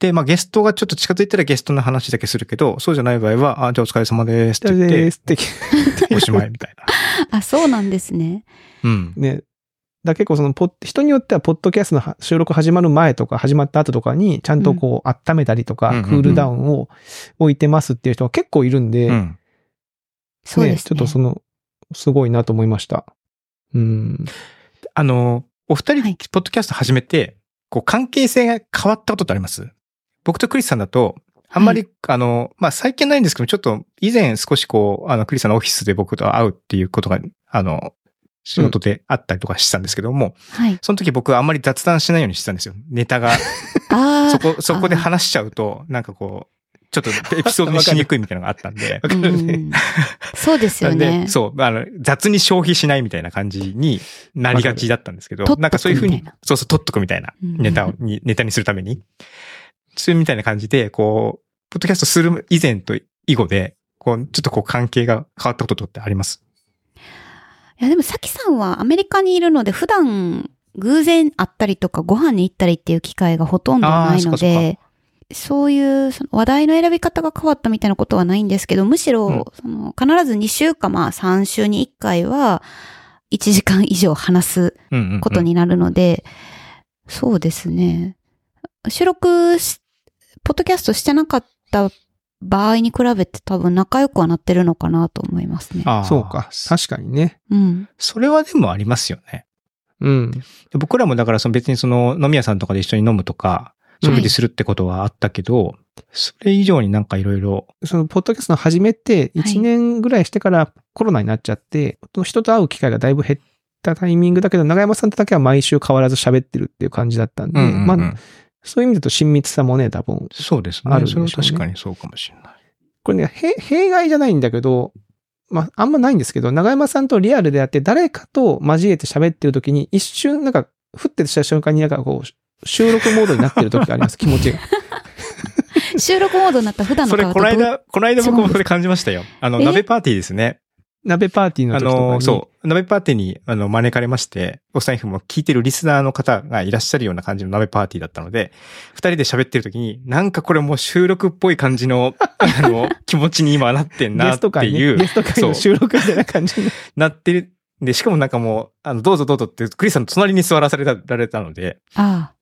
で、まあ、ゲストがちょっと近づいたらゲストの話だけするけど、そうじゃない場合は、あ、じゃあお疲れ様ですって
大丈
言
夫
っ
で
て、
すって、
おしまいみたいな。
[laughs] あ、そうなんですね。
うん。
[laughs] ね。だから結構そのポッ、人によっては、ポッドキャストのは収録始まる前とか、始まった後とかに、ちゃんとこう、温めたりとか、
うんうんうん
クールダウンを置いてますっていう人が結構いるんで、
うん。
そうですね。
ちょっとその、すごいなと思いました。うん。
あの、お二
は
人
い、
ポッドキャスト始めて、こう、関係性が変わったことってあります僕とクリスさんだと、あんまり、あの、まあ、最近はないんですけど、ちょっと、以前少しこう、あの、クリスさんのオフィスで僕と会うっていうことが、あの、仕事であったりとかしてたんですけども、
はい。
その時僕はあんまり雑談しないようにしてたんですよ。ネタ
[laughs]
が、
あ
そこ、そこで話しちゃうと、なんかこう、ちょっとエピソードにしにくいみたいなのがあったん
[laughs]
で。
あ、うんそうですよ
なん
ね
で、。そう、あの、雑に消費しないみたいな感じになりがちだったんですけど
わか、る
なんかそういうふう
取っ
に
とくみたいな、
そうそう、取っとくみたいな、
うん
ネタを、にネタにするために。そういうみたいな感じで、こう、ポッドキャストする以前と以後で、こう、ちょっとこう関係が変わったことってあります
いや、でも、さきさんはアメリカにいるので、普段、偶然会ったりとか、ご飯に行ったりっていう機会がほとんどないの
あーそっかそっ
で、そういう、その話題の選び方が変わったみたいなことはないんですけど、むし
うん
ろ、その、必ず2週か、まあ、3週に1回は、1時間以上話す
うんうん、うん。
こと。になるので、そうですね。収録し、ポッドキャストしてなかった場合に比べて多分仲良くはなってるのかなと思いますね。
[laughs] ああ、
そうか。確かにね。
うん。
それはでもありますよね。
うん。
で僕らもだからその別にその飲み屋さんとかで一緒に飲むとか、食事するってことはあったけど、それ以上になんかいろいろ、
その、ポッドキャストの始めて、
はい
1年ぐらいしてからコロナになっちゃって、人と会う機会がだいぶ減ったタイミングだけど、長山さんとだけは毎週変わらず喋ってるっていう感じだったんで、
うんうんうん
まあ、そういう意味だと親密さもね、多分。
そうですね。
あるんでし
そ
ょう
れ
ね
は確かにそうかもしれない。
これね、へ弊害じゃないんだけど、まあ、あんまないんですけど、長山さんとリアルであって、誰かと交えて喋ってる時に、一瞬、なんか、ふってした瞬間になんかこう、収録モードになってる時があ
[laughs]
ります、気持ちが。
収録モードになった普段の
それ、
顔と
この
どう
間、この間僕
違
も
うんですか
それ感じましたよ。あの、
え
鍋パーティーですね。
鍋パーティーの
あ
時とかに。
の、そう。鍋パーティーに、あの、招かれまして、お財布も聞いてるリスナーの方がいらっしゃるような感じの鍋パーティーだったので、二人で喋ってる時に、なんかこれもう収録っぽい感じ
[laughs]
の、あの、気持ちに今なってん
ゲ
なっ
ス
て
ト会、
い
ね、
う、
ゲスト会の収録みたいな感じに。
なってる。で、しかもなんかもう、あの、どうぞどうぞって、クリスさんの隣に座らされた、られたので、
あ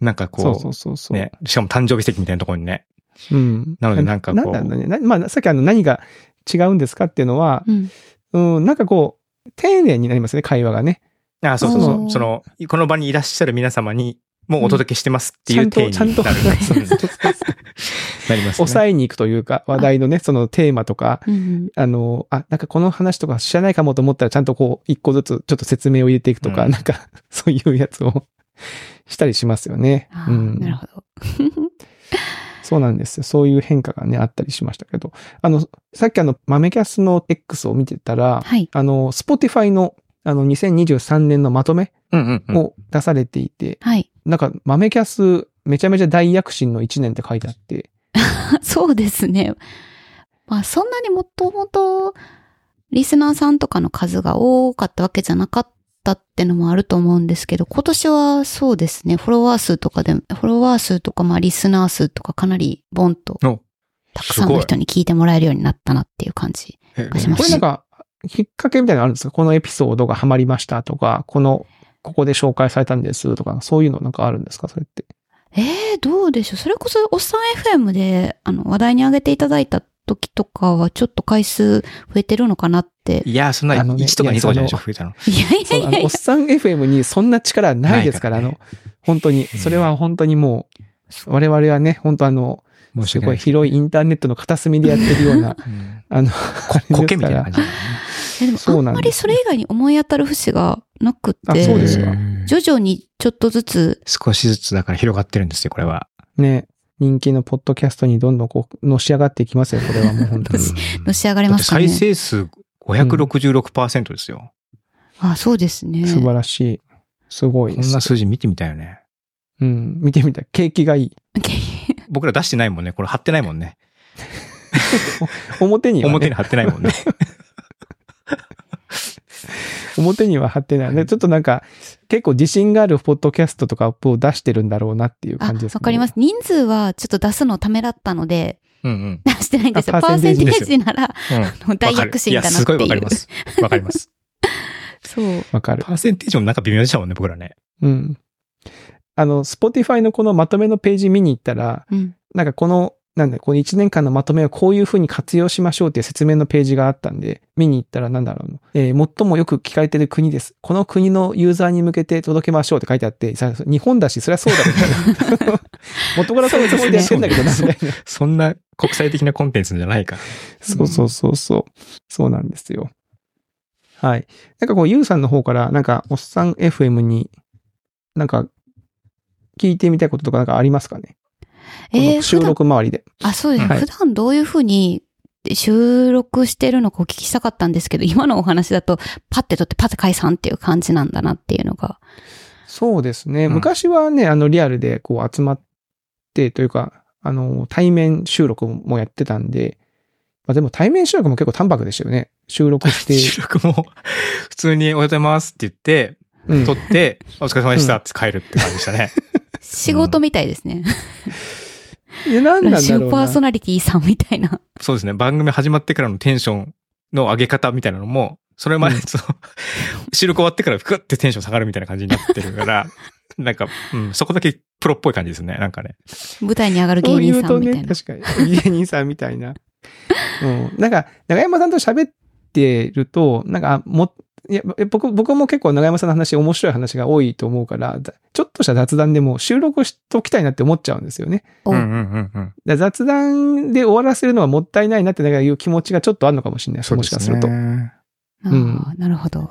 なんかこう、
そうそうそうそう。
ね、しかも誕生日席みたいなところにね、
うん。
なのでなんかこう
なんだろうね。なまあ、さっきあの、何が違うんですかっていうのは
あ、、うん。
うん、なんかこう、丁寧になりますね、会話がね。
あ、そうそうそ
おー
う。その、この場にいらっしゃる皆様に、もうお届けしてますって
ち
い
ゃ
うん体
と、
に
ち
な
ゃ
る。
んと、そうそうそう
なりますね。
抑えに行くというか、話題のね、そのテーマとか、
うんうん。
あの、あ、なんかこの話とか知らないかもと思ったら、ちゃんとこう、一個ずつちょっと説明を入れていくとか、
うん
なんか、そういうやつをしたりしますよね
あ。
う
ー
ん
な。るほど。 [laughs]
そうなんですよ。そういう変化がね、あったりしましたけど。あの、さっきあの、豆キャスの X を見てたら、
はい。
あの、Spotify の、あの、2023年のまとめ
うんうんうん。
を出されていて、
はい。
なんか、豆キャス、めちゃめちゃ大躍進の1年って書いてあって、
[laughs] そうですね。まあ、そんなにもともと、リスナーさんとかの数が多かったわけじゃなかったってのもあると思うんですけど、今年はそうですね、フォロワー数とかで、フォロワー数とか、まあ、リスナー数とかかなりボンと、
お
たくさんの人に聞いてもらえるようになったなっていう感じ。
え
しま
これなんか、きっかけみたいなのあるんですかこのエピソードがハマりましたとか、この、ここで紹介されたんですとか、そういうのなんかあるんですかそれって。
ええどうでしょう。それこそ、おっさん FM で、あの、話題に上げていただいた時とかは、ちょっと回数増えてるのかなって。
いや、そんな
あのね
1とか2とかじゃないでしょ、
いやその
増えたの。
いやいや
そう、あ
いや
の、
い
お
や
っ。さん FM にそんな力ないですから、あ
ない
の
か、
本当に、それは本当にもう、我々はね、本当あの、
申し
す
訳
ご
ないい。
広いインターネットの片隅でやってるような、
うん
あの、
こ苔みたいな感じだね。
いやでも
そうなんです
あんまりそれ以外に思い当たる節がなくて、
あそうですよ
ん
徐々にちょっとずつ、
少しずつだから広がってるんですよ、これは。
ね、人気のポッドキャストにどんどんこう、のし上がっていきますよ、これはもう本当
う
に。
[laughs] 私
ん
のし上がり
だっ
ま
て
したね。
再生数566%ですよ。
あ、そうですね。
素晴らしい。すごいで
こん
す
な。数字見てみたいよね。
うん、見てみたい。景気がいい。
僕ら出してないもんね。これ貼ってないもんね。
表には、ね、
表に貼ってないもんね。
表には貼ってないね。ちょっとなんか、結構自信があるポッドキャストとかアップを出してるんだろうなっていう
[laughs] あ、
感じで
わ
すね。
かります。。人数はちょっと出すのためだったので、 [laughs]
うんうん。
出してないんですよ。
あ
パ
パ
ー
ー
セ
セ
ン
ン
テ
テ
ー
ー
ジ
ジ [laughs]
なら、
うん [laughs]
あの、大躍進だなって
わ
いう。
かるいや、すごいわかります。わかります。
そう。うん
わかる。
パーセンテージもなんか微妙でしたもんね、僕らね。
うん。あの、Spotify のこのまとめのページ見に行ったら、。なんかこの、なんだ、この1年間のまとめをこういうふうに活用しましょうっていう説明のページがあったんで、見に行ったらなんだろうなえー最もよく聞かれてる国です。この国のユーザーに向けて届けましょうって書いてあって、さ日本だし、そりゃそうだろうな元からそういうつもりでやってんだけどな、みたいな。
そんな国際的なコンテンツじゃないから。
[laughs] そうそうそうそう。そうなんですよ。はい。なんかこう、ゆうさんの方から、なんか、おっさん FM に、なんか、聞いてみたいこととかなんかありますかね、こ
えー
の収
普段
録周りで。
あ、そうですね。
はい
普段どういうふうに収録してるのかお聞きしたかったんですけど、今のお話だと、パッて撮ってパッて解散っていう感じなんだなっていうのが。
そうですね。
うん
昔はね、あの、リアルでこう集まってというか、あの、対面収録もやってたんで、まあでも対面収録も結構淡白でしたよね。収録して、
[laughs]
収録も、普通におはようございますって言って、
うん
撮って、お疲れ様でしたって帰るって感じでしたね。
仕事みたいですね。
いや何な
ラ
ん
ジ
だろ
オ
う
パー
な。
ソナリティさんみたいな。
そうですね。番組始まってからのテンションの上げ方みたいなのも、それまで、
うん
その、収録終わってからグッてテンション下がるみたいな感じになってるから、なんか、うん、そこだけプロっぽい感じですね。なんかね。
舞台に上がる
そ
芸
う言う
人さん
と
みたい
ね、
な。
確かに。芸人さんみたいな。 [laughs] うん。なんか、長山さんと喋ってると、なんか、あも、いや、僕、僕も結構長山さんの話、面白い話が多いと思うから、ざちょっとした雑談でも収録しときたいなって思っちゃうんですよね。
お
うんうんうんうん。
だから雑談で終わらせるのはもったいないなってなんかいう気持ちがちょっとあるのかもしれない。もしかすると。
ね。
あーなるほど。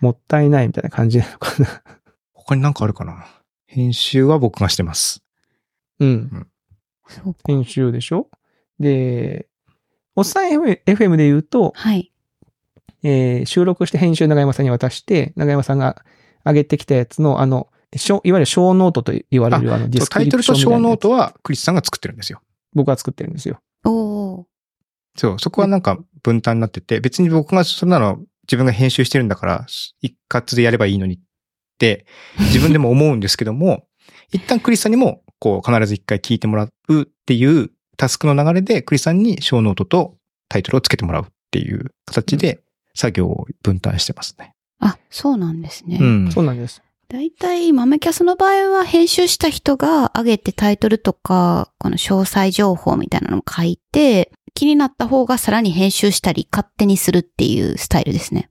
もったいないみたいな感じなのか
[laughs]
な。
他になんかあるかな編集は僕がしてます。
うん。
そうか。
編集でしょで、おっさん FM FM で言うと、
はい。
えー収録して編集長山さんに渡して、長山さんが上げてきたやつの、あの、しょいわゆる小ノートと言われるあのディスク
タ
リ
イト
プ
ル
ショ
と
ンみたい
小
なやつ
ノートはクリスさんが作ってるんですよ。
僕は作ってるんですよ。
おー。
そう、そこはなんか分担になってて、別に僕がそんなの自分が編集してるんだから、一括でやればいいのにって、自分でも思うんですけど [laughs] も、一旦クリスさんにも、こう、必ず一回聞いてもらうっていうタスクの流れで、クリスさんに小ノートとタイトルをつけてもらうっていう形で、作業を分担してますね。
あ、そうなんですね。
うん。
そうなんです。
大体、豆キャスの場合は編集した人が上げてタイトルとか、この詳細情報みたいなのを書いて、気になった方がさらに編集したり勝手にするっていうスタイルですね。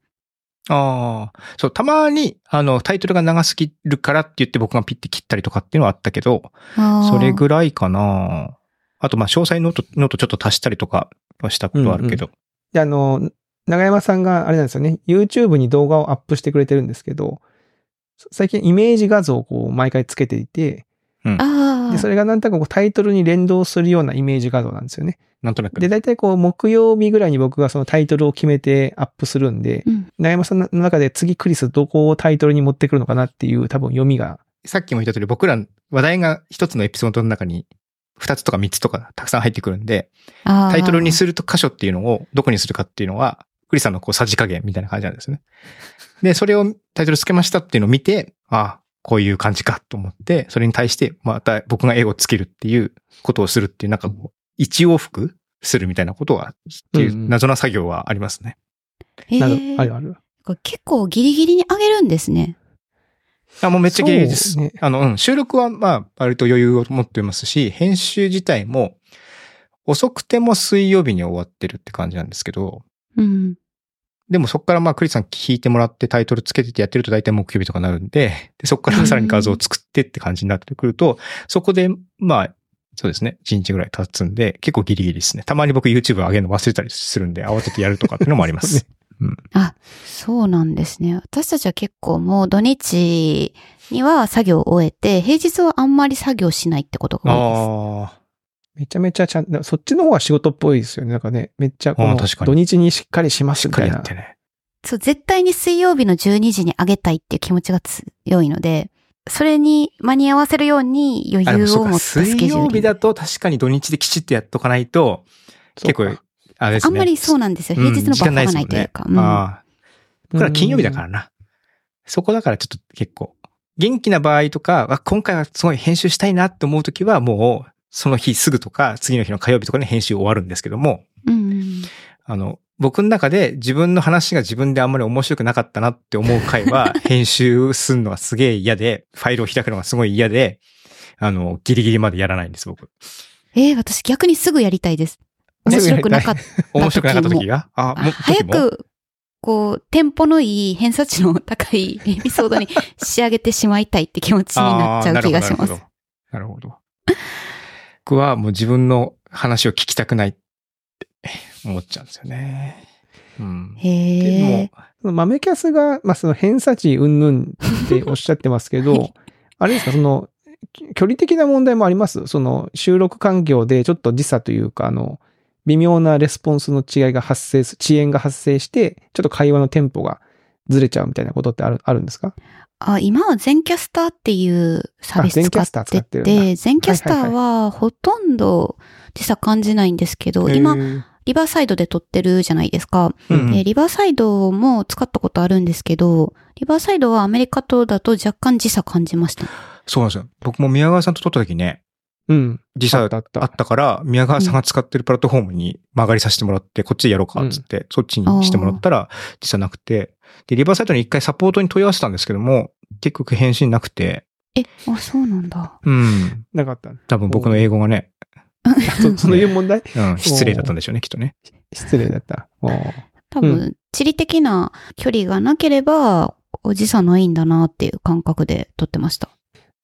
ああ、そう、たまに、あの、タイトルが長すぎるからって言って僕がピッて切ったりとかっていうのはあったけど、そ
そ
れぐらいかな。あと、まあ、詳細ノート、ノートちょっと足したりとかはしたことはあるけど。
で、あの、長山さんがあれなんですよね、YouTube に動画をアップしてくれてるんですけど、そ最近イメージ画像をこう毎回つけていて、
あ
で
あ。
それがなんとなくこうタイトルに連動するようなイメージ画像なんですよね。
なんとなく。
で、大体こう木曜日ぐらいに僕がそのタイトルを決めてアップするんで、
うん。
長山さんの中で次クリスどこをタイトルに持ってくるのかなっていう多分読みが、
さっきも言った通り、僕ら話題が一つのエピソードの中に、二つとか三つとかたくさん入ってくるんで、
あー
タイトルにすると箇所っていうのをどこにするかっていうのは、クリさんのこうさじ加減みたいな感じなん [laughs] ですね。で、それをタイトルつけましたっていうのを見て、ああ、こういう感じかと思って、それに対してまた僕が絵をつけるっていうことをするっていう、なんかこう、一往復するみたいなことは、ってい
うんう
うん謎な作業はありますね。
へー
なるあるある。
これ結構ギリギリに上げるんですね。
あ、もうめっちゃギリギリです。
そうね
あの、うん、収録はまあ、割と余裕を持ってますし、編集自体も、遅くても水曜日に終わってるって感じなんですけど、
うん。
でもそこからまあ、クリスさん聞いてもらってタイトルつけててやってると大体木曜日とかなるんで、でそこからさらに画像を作ってって感じになってくると、そこでまあ、そうですね、1日ぐらい経つんで、結構ギリギリですね。たまに僕 YouTube 上げるの忘れたりするんで、慌ててやるとかっていうのもありま
[laughs] そう
す。
そうなんですね。私たちは結構もう土日には作業を終えて、平日はあんまり作業しないってことが多いです。
ああ、
めちゃめちゃちゃんと、そっちの方が仕事っぽいですよね。なんかね、めっちゃこ
あ
の
ー確かに
土日にしっかりします
しっ
み
か
た
り
い
や
な
っ。てね。
そう、絶対に水曜日の12時に上げたいっていう気持ちが強いので、それに間に合わせるように
あ、
余
でも
裕
そ
を
う
持
か、
ったスケジュール
水
に。
曜日だと確かに土日できちっとやっとかないと、
そう
結
か
構、あれです
あ
ね。
んまりそうなんですよ。平日のバッファがないというか。
うん時間なですもんね
うん
ああ。僕ら金曜日だからな。そこだからちょっと結構、元気な場合とか、あ今回はすごい編集したいなって思うときはもう、その日すぐとか、次の日の火曜日とかに編集終わるんですけども、
うんうん。
あの、僕の中で自分の話が自分であんまり面白くなかったなって思う回
[laughs]
は、編集するのがすげえ嫌で、ファイルを開くのがすごい嫌で、あの、ギリギリまでやらないんです、僕。
えー私逆にすぐやりたいです。面白くなかった。
面白くなかった時が、あ、もう、
早
時も
く、こう、テンポのいい偏差値の高いエピソードに仕上げてしまいたいって気持ちになっちゃう気がします。
あーなるほど。なるほど僕はもう自分の話を聞きたくないって思っちゃうんですよね。うん。
へ
でも。、
え
その豆キャスが、まあ、その偏差値云々っておっしゃってますけ
は
ど
い、
あれですか、その、き距離的な問題もありますその収録環境でちょっと時差というか、あの、微妙なレスポンスの違いが発生す、遅延が発生して、ちょっと会話のテンポがずれちゃうみたいなことってある、あるんですか
あ、今は全キャスターっていうサービス
あ全キ
使
ャスター
っ
使
て
ってるん
て、全キャスターはほとんど時差感じないんですけど、今
へ、ー、
リバーサイドで撮ってるじゃないですか。
うん
えーリバーサイドも使ったことあるんですけど、リバーサイドはアメリカとだと若干時差感じました。
そうなんですよ。僕も宮川さんと撮った時ね、
うん。
時差
あ
あ
ったあっ。
ったたから、宮川さんが使ってるプラットフォームに曲がりさせてもらって、こっちでやろうか、つって、そっちにしてもらったら、時差なくて、で、リバーサイドに一回サポートに問い合わせたんですけども、結局返信なくて、
え、あ、そうなんだ。
うん。
なかった。 [laughs]
多分僕の英語がね、
そそういう問題
うん、失礼だったんでしょうね、きっとね。
失礼だった。おー
多
う
分、地理的な距離がなければ、お時差ないんだなっていう感覚で撮ってました。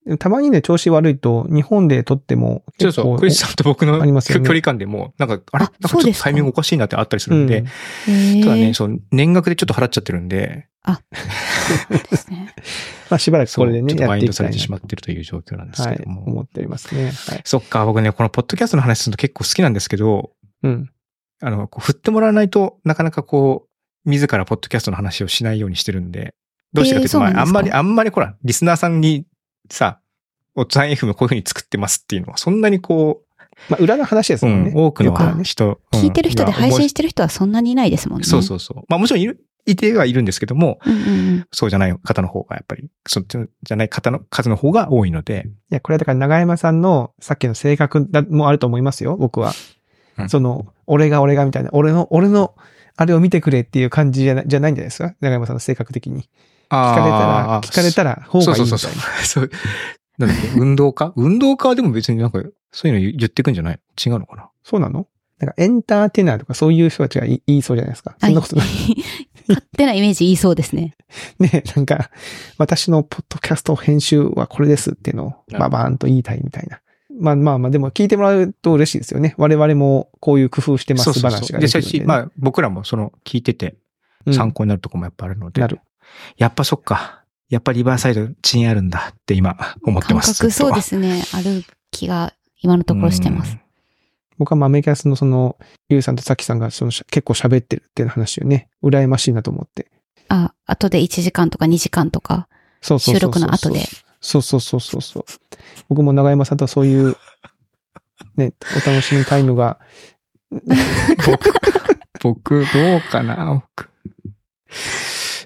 でもたまにね、調子悪いと、日本で撮っても
ちょっ
結構、
とクリスさんと僕の
ありますよ
距
ね
離感でも、なんか、あれな
あ
んかち
そ
ょ
う
っ
で
と
すか
タイミングおかしいなってあったりするんで、
え
ただね、その年額でちょっと払っちゃってるんで、
ですね。
まあ、しばらく
そ
こ
う
れ
ち
でね、
ょっと
や
マ
っ
イン
てい
ド
き
さ
た
れ
いな
てし
と
まってるという状況なんです
は
け
い
ど、も。
思っておりますね。はい。
そっか、僕ね、このポッドキャストの話するの結構好きなんですけど、
うん。
あの、こう振ってもらわないとなかなかこう、自らポッドキャストの話をしないようにしてるんで、どうしてかというと、
えーそ
ま
うな
あ、あ
んで
ん
すか
まり、あんまりほら、リスナーさんにさ、おっさん FM こういうふうに作ってますっていうのは、そんなにこ
まあ、裏の話です
う、う
もん
ん
ね。
多くの
よくあるね
人、
[laughs] 聞いてる人で配信
し
してる人はそんなにいないですもんね。
そうそうそう。まあもちろんいる、いてはいるんですけども、
うんうんうん。
そうじゃない方の方が、やっぱり、そっちのじゃない方の数の方が多いので、
いや、これはだから長山さんのさっきの性格だもあると思いますよ、僕は。
うん
その、俺が俺がみたいな、俺の、俺の、あれを見てくれっていう感じじゃなじゃないんじゃないですか長山さんの性格的に。聞かれたら、聞かれたら方がいい
そう
みたいな。
そうそう [laughs] そう。そうなんだっけ、運動家運動家はでも別になんか、そういうの言ってくんじゃない違うのかな
そうなのなんかエンターテイナーとかそういう人たちが言い言いそうじゃないですか。そんなことない。
勝手なイメージ言いそうですね。
[laughs] ね、なんか、私のポッドキャスト編集はこれですっていうのを
なるほど
ババーンと言いたいみたいな。まあまあまあ、でも聞いてもらうと嬉しいですよね。我々もこういう工夫してます
そうそう
話
そう。
が
で、
でき
し
る
か
んで
し、
ね、
まあ僕らもその聞いてて
うん
参考になるとこもやっぱあるので、
なる。
やっぱそっか。やっぱリバーサイドチンあるんだって今思って
感
ます。。
覚そうですすね。ある気が今のところしてます。
僕はまあメキャスのその、ゆうさんとさきさんがそのし結構喋ってるっていう話をね、羨ましいなと思って。
あ、後で1時間とか2時間とか。
そうそうそうそう。
収録の後で。
そうそうそうそうそう。僕も長山さんとはそういう、ね、お楽しみタイムが、
僕、どうかな僕。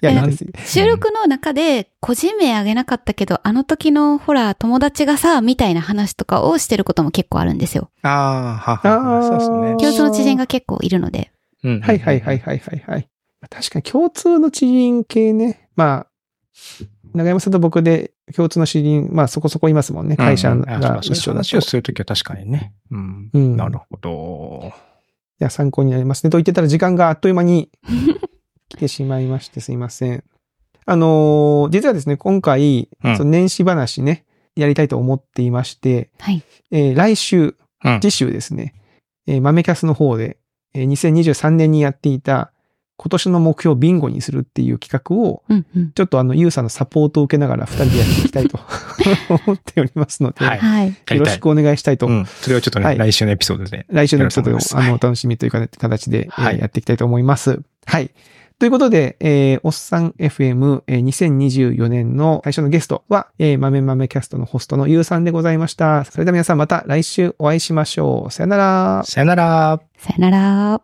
いや、
え
なんです
収録の中で個人名あげなかったけど、あの時のほら、友達がさ、みたいな話とかをしてることも結構あるんですよ。
ああ、は
あ
は
ー
そうですね
共通の知人が結構いるので。
うんうんうん。
はいはいはいはいはいはい。確かに共通の知人系ね。まあ、長山さんと僕で共通の知人、まあそこそこいますもんね。
うんうん。
会社
あそう
が
かそうい
一
う
緒だ
話
と。い
をするときは確かにね。うん。
うん
なるほど。
や、参考になりますね。と言ってたら時間があっという間に来てしまいましてすいません。あのー実はですね、今回、
うん
その年始話ね、やりたいと思っていまして、
はい。
えー来週、
うん。
次週ですね、えー豆キャスの方で、えー2023年にやっていた今年の目標をビンゴにするっていう企画を、
うんうん。
ちょっとあの、ゆうさんのサポートを受けながら二人でやっていきた
[laughs]
いと思っておりますので、
はい
は
や
い。
りたい
よろしくお願いしたいと、
うん。それをちょっとね、
はい
来週のエピソードで。
来週のエピソード
よ
を
ろしくお
あ
願いし
の、
ま
お楽しみというか形で、えー
はい
やっていきたいと思います。はい。ということで、えーおっさん FM、えー2024年の最初のゲストは、えー、豆豆キャストのホストのゆうさんでございました。それでは皆さんまた来週お会いしましょう。さよなら。
さよなら。
さよなら。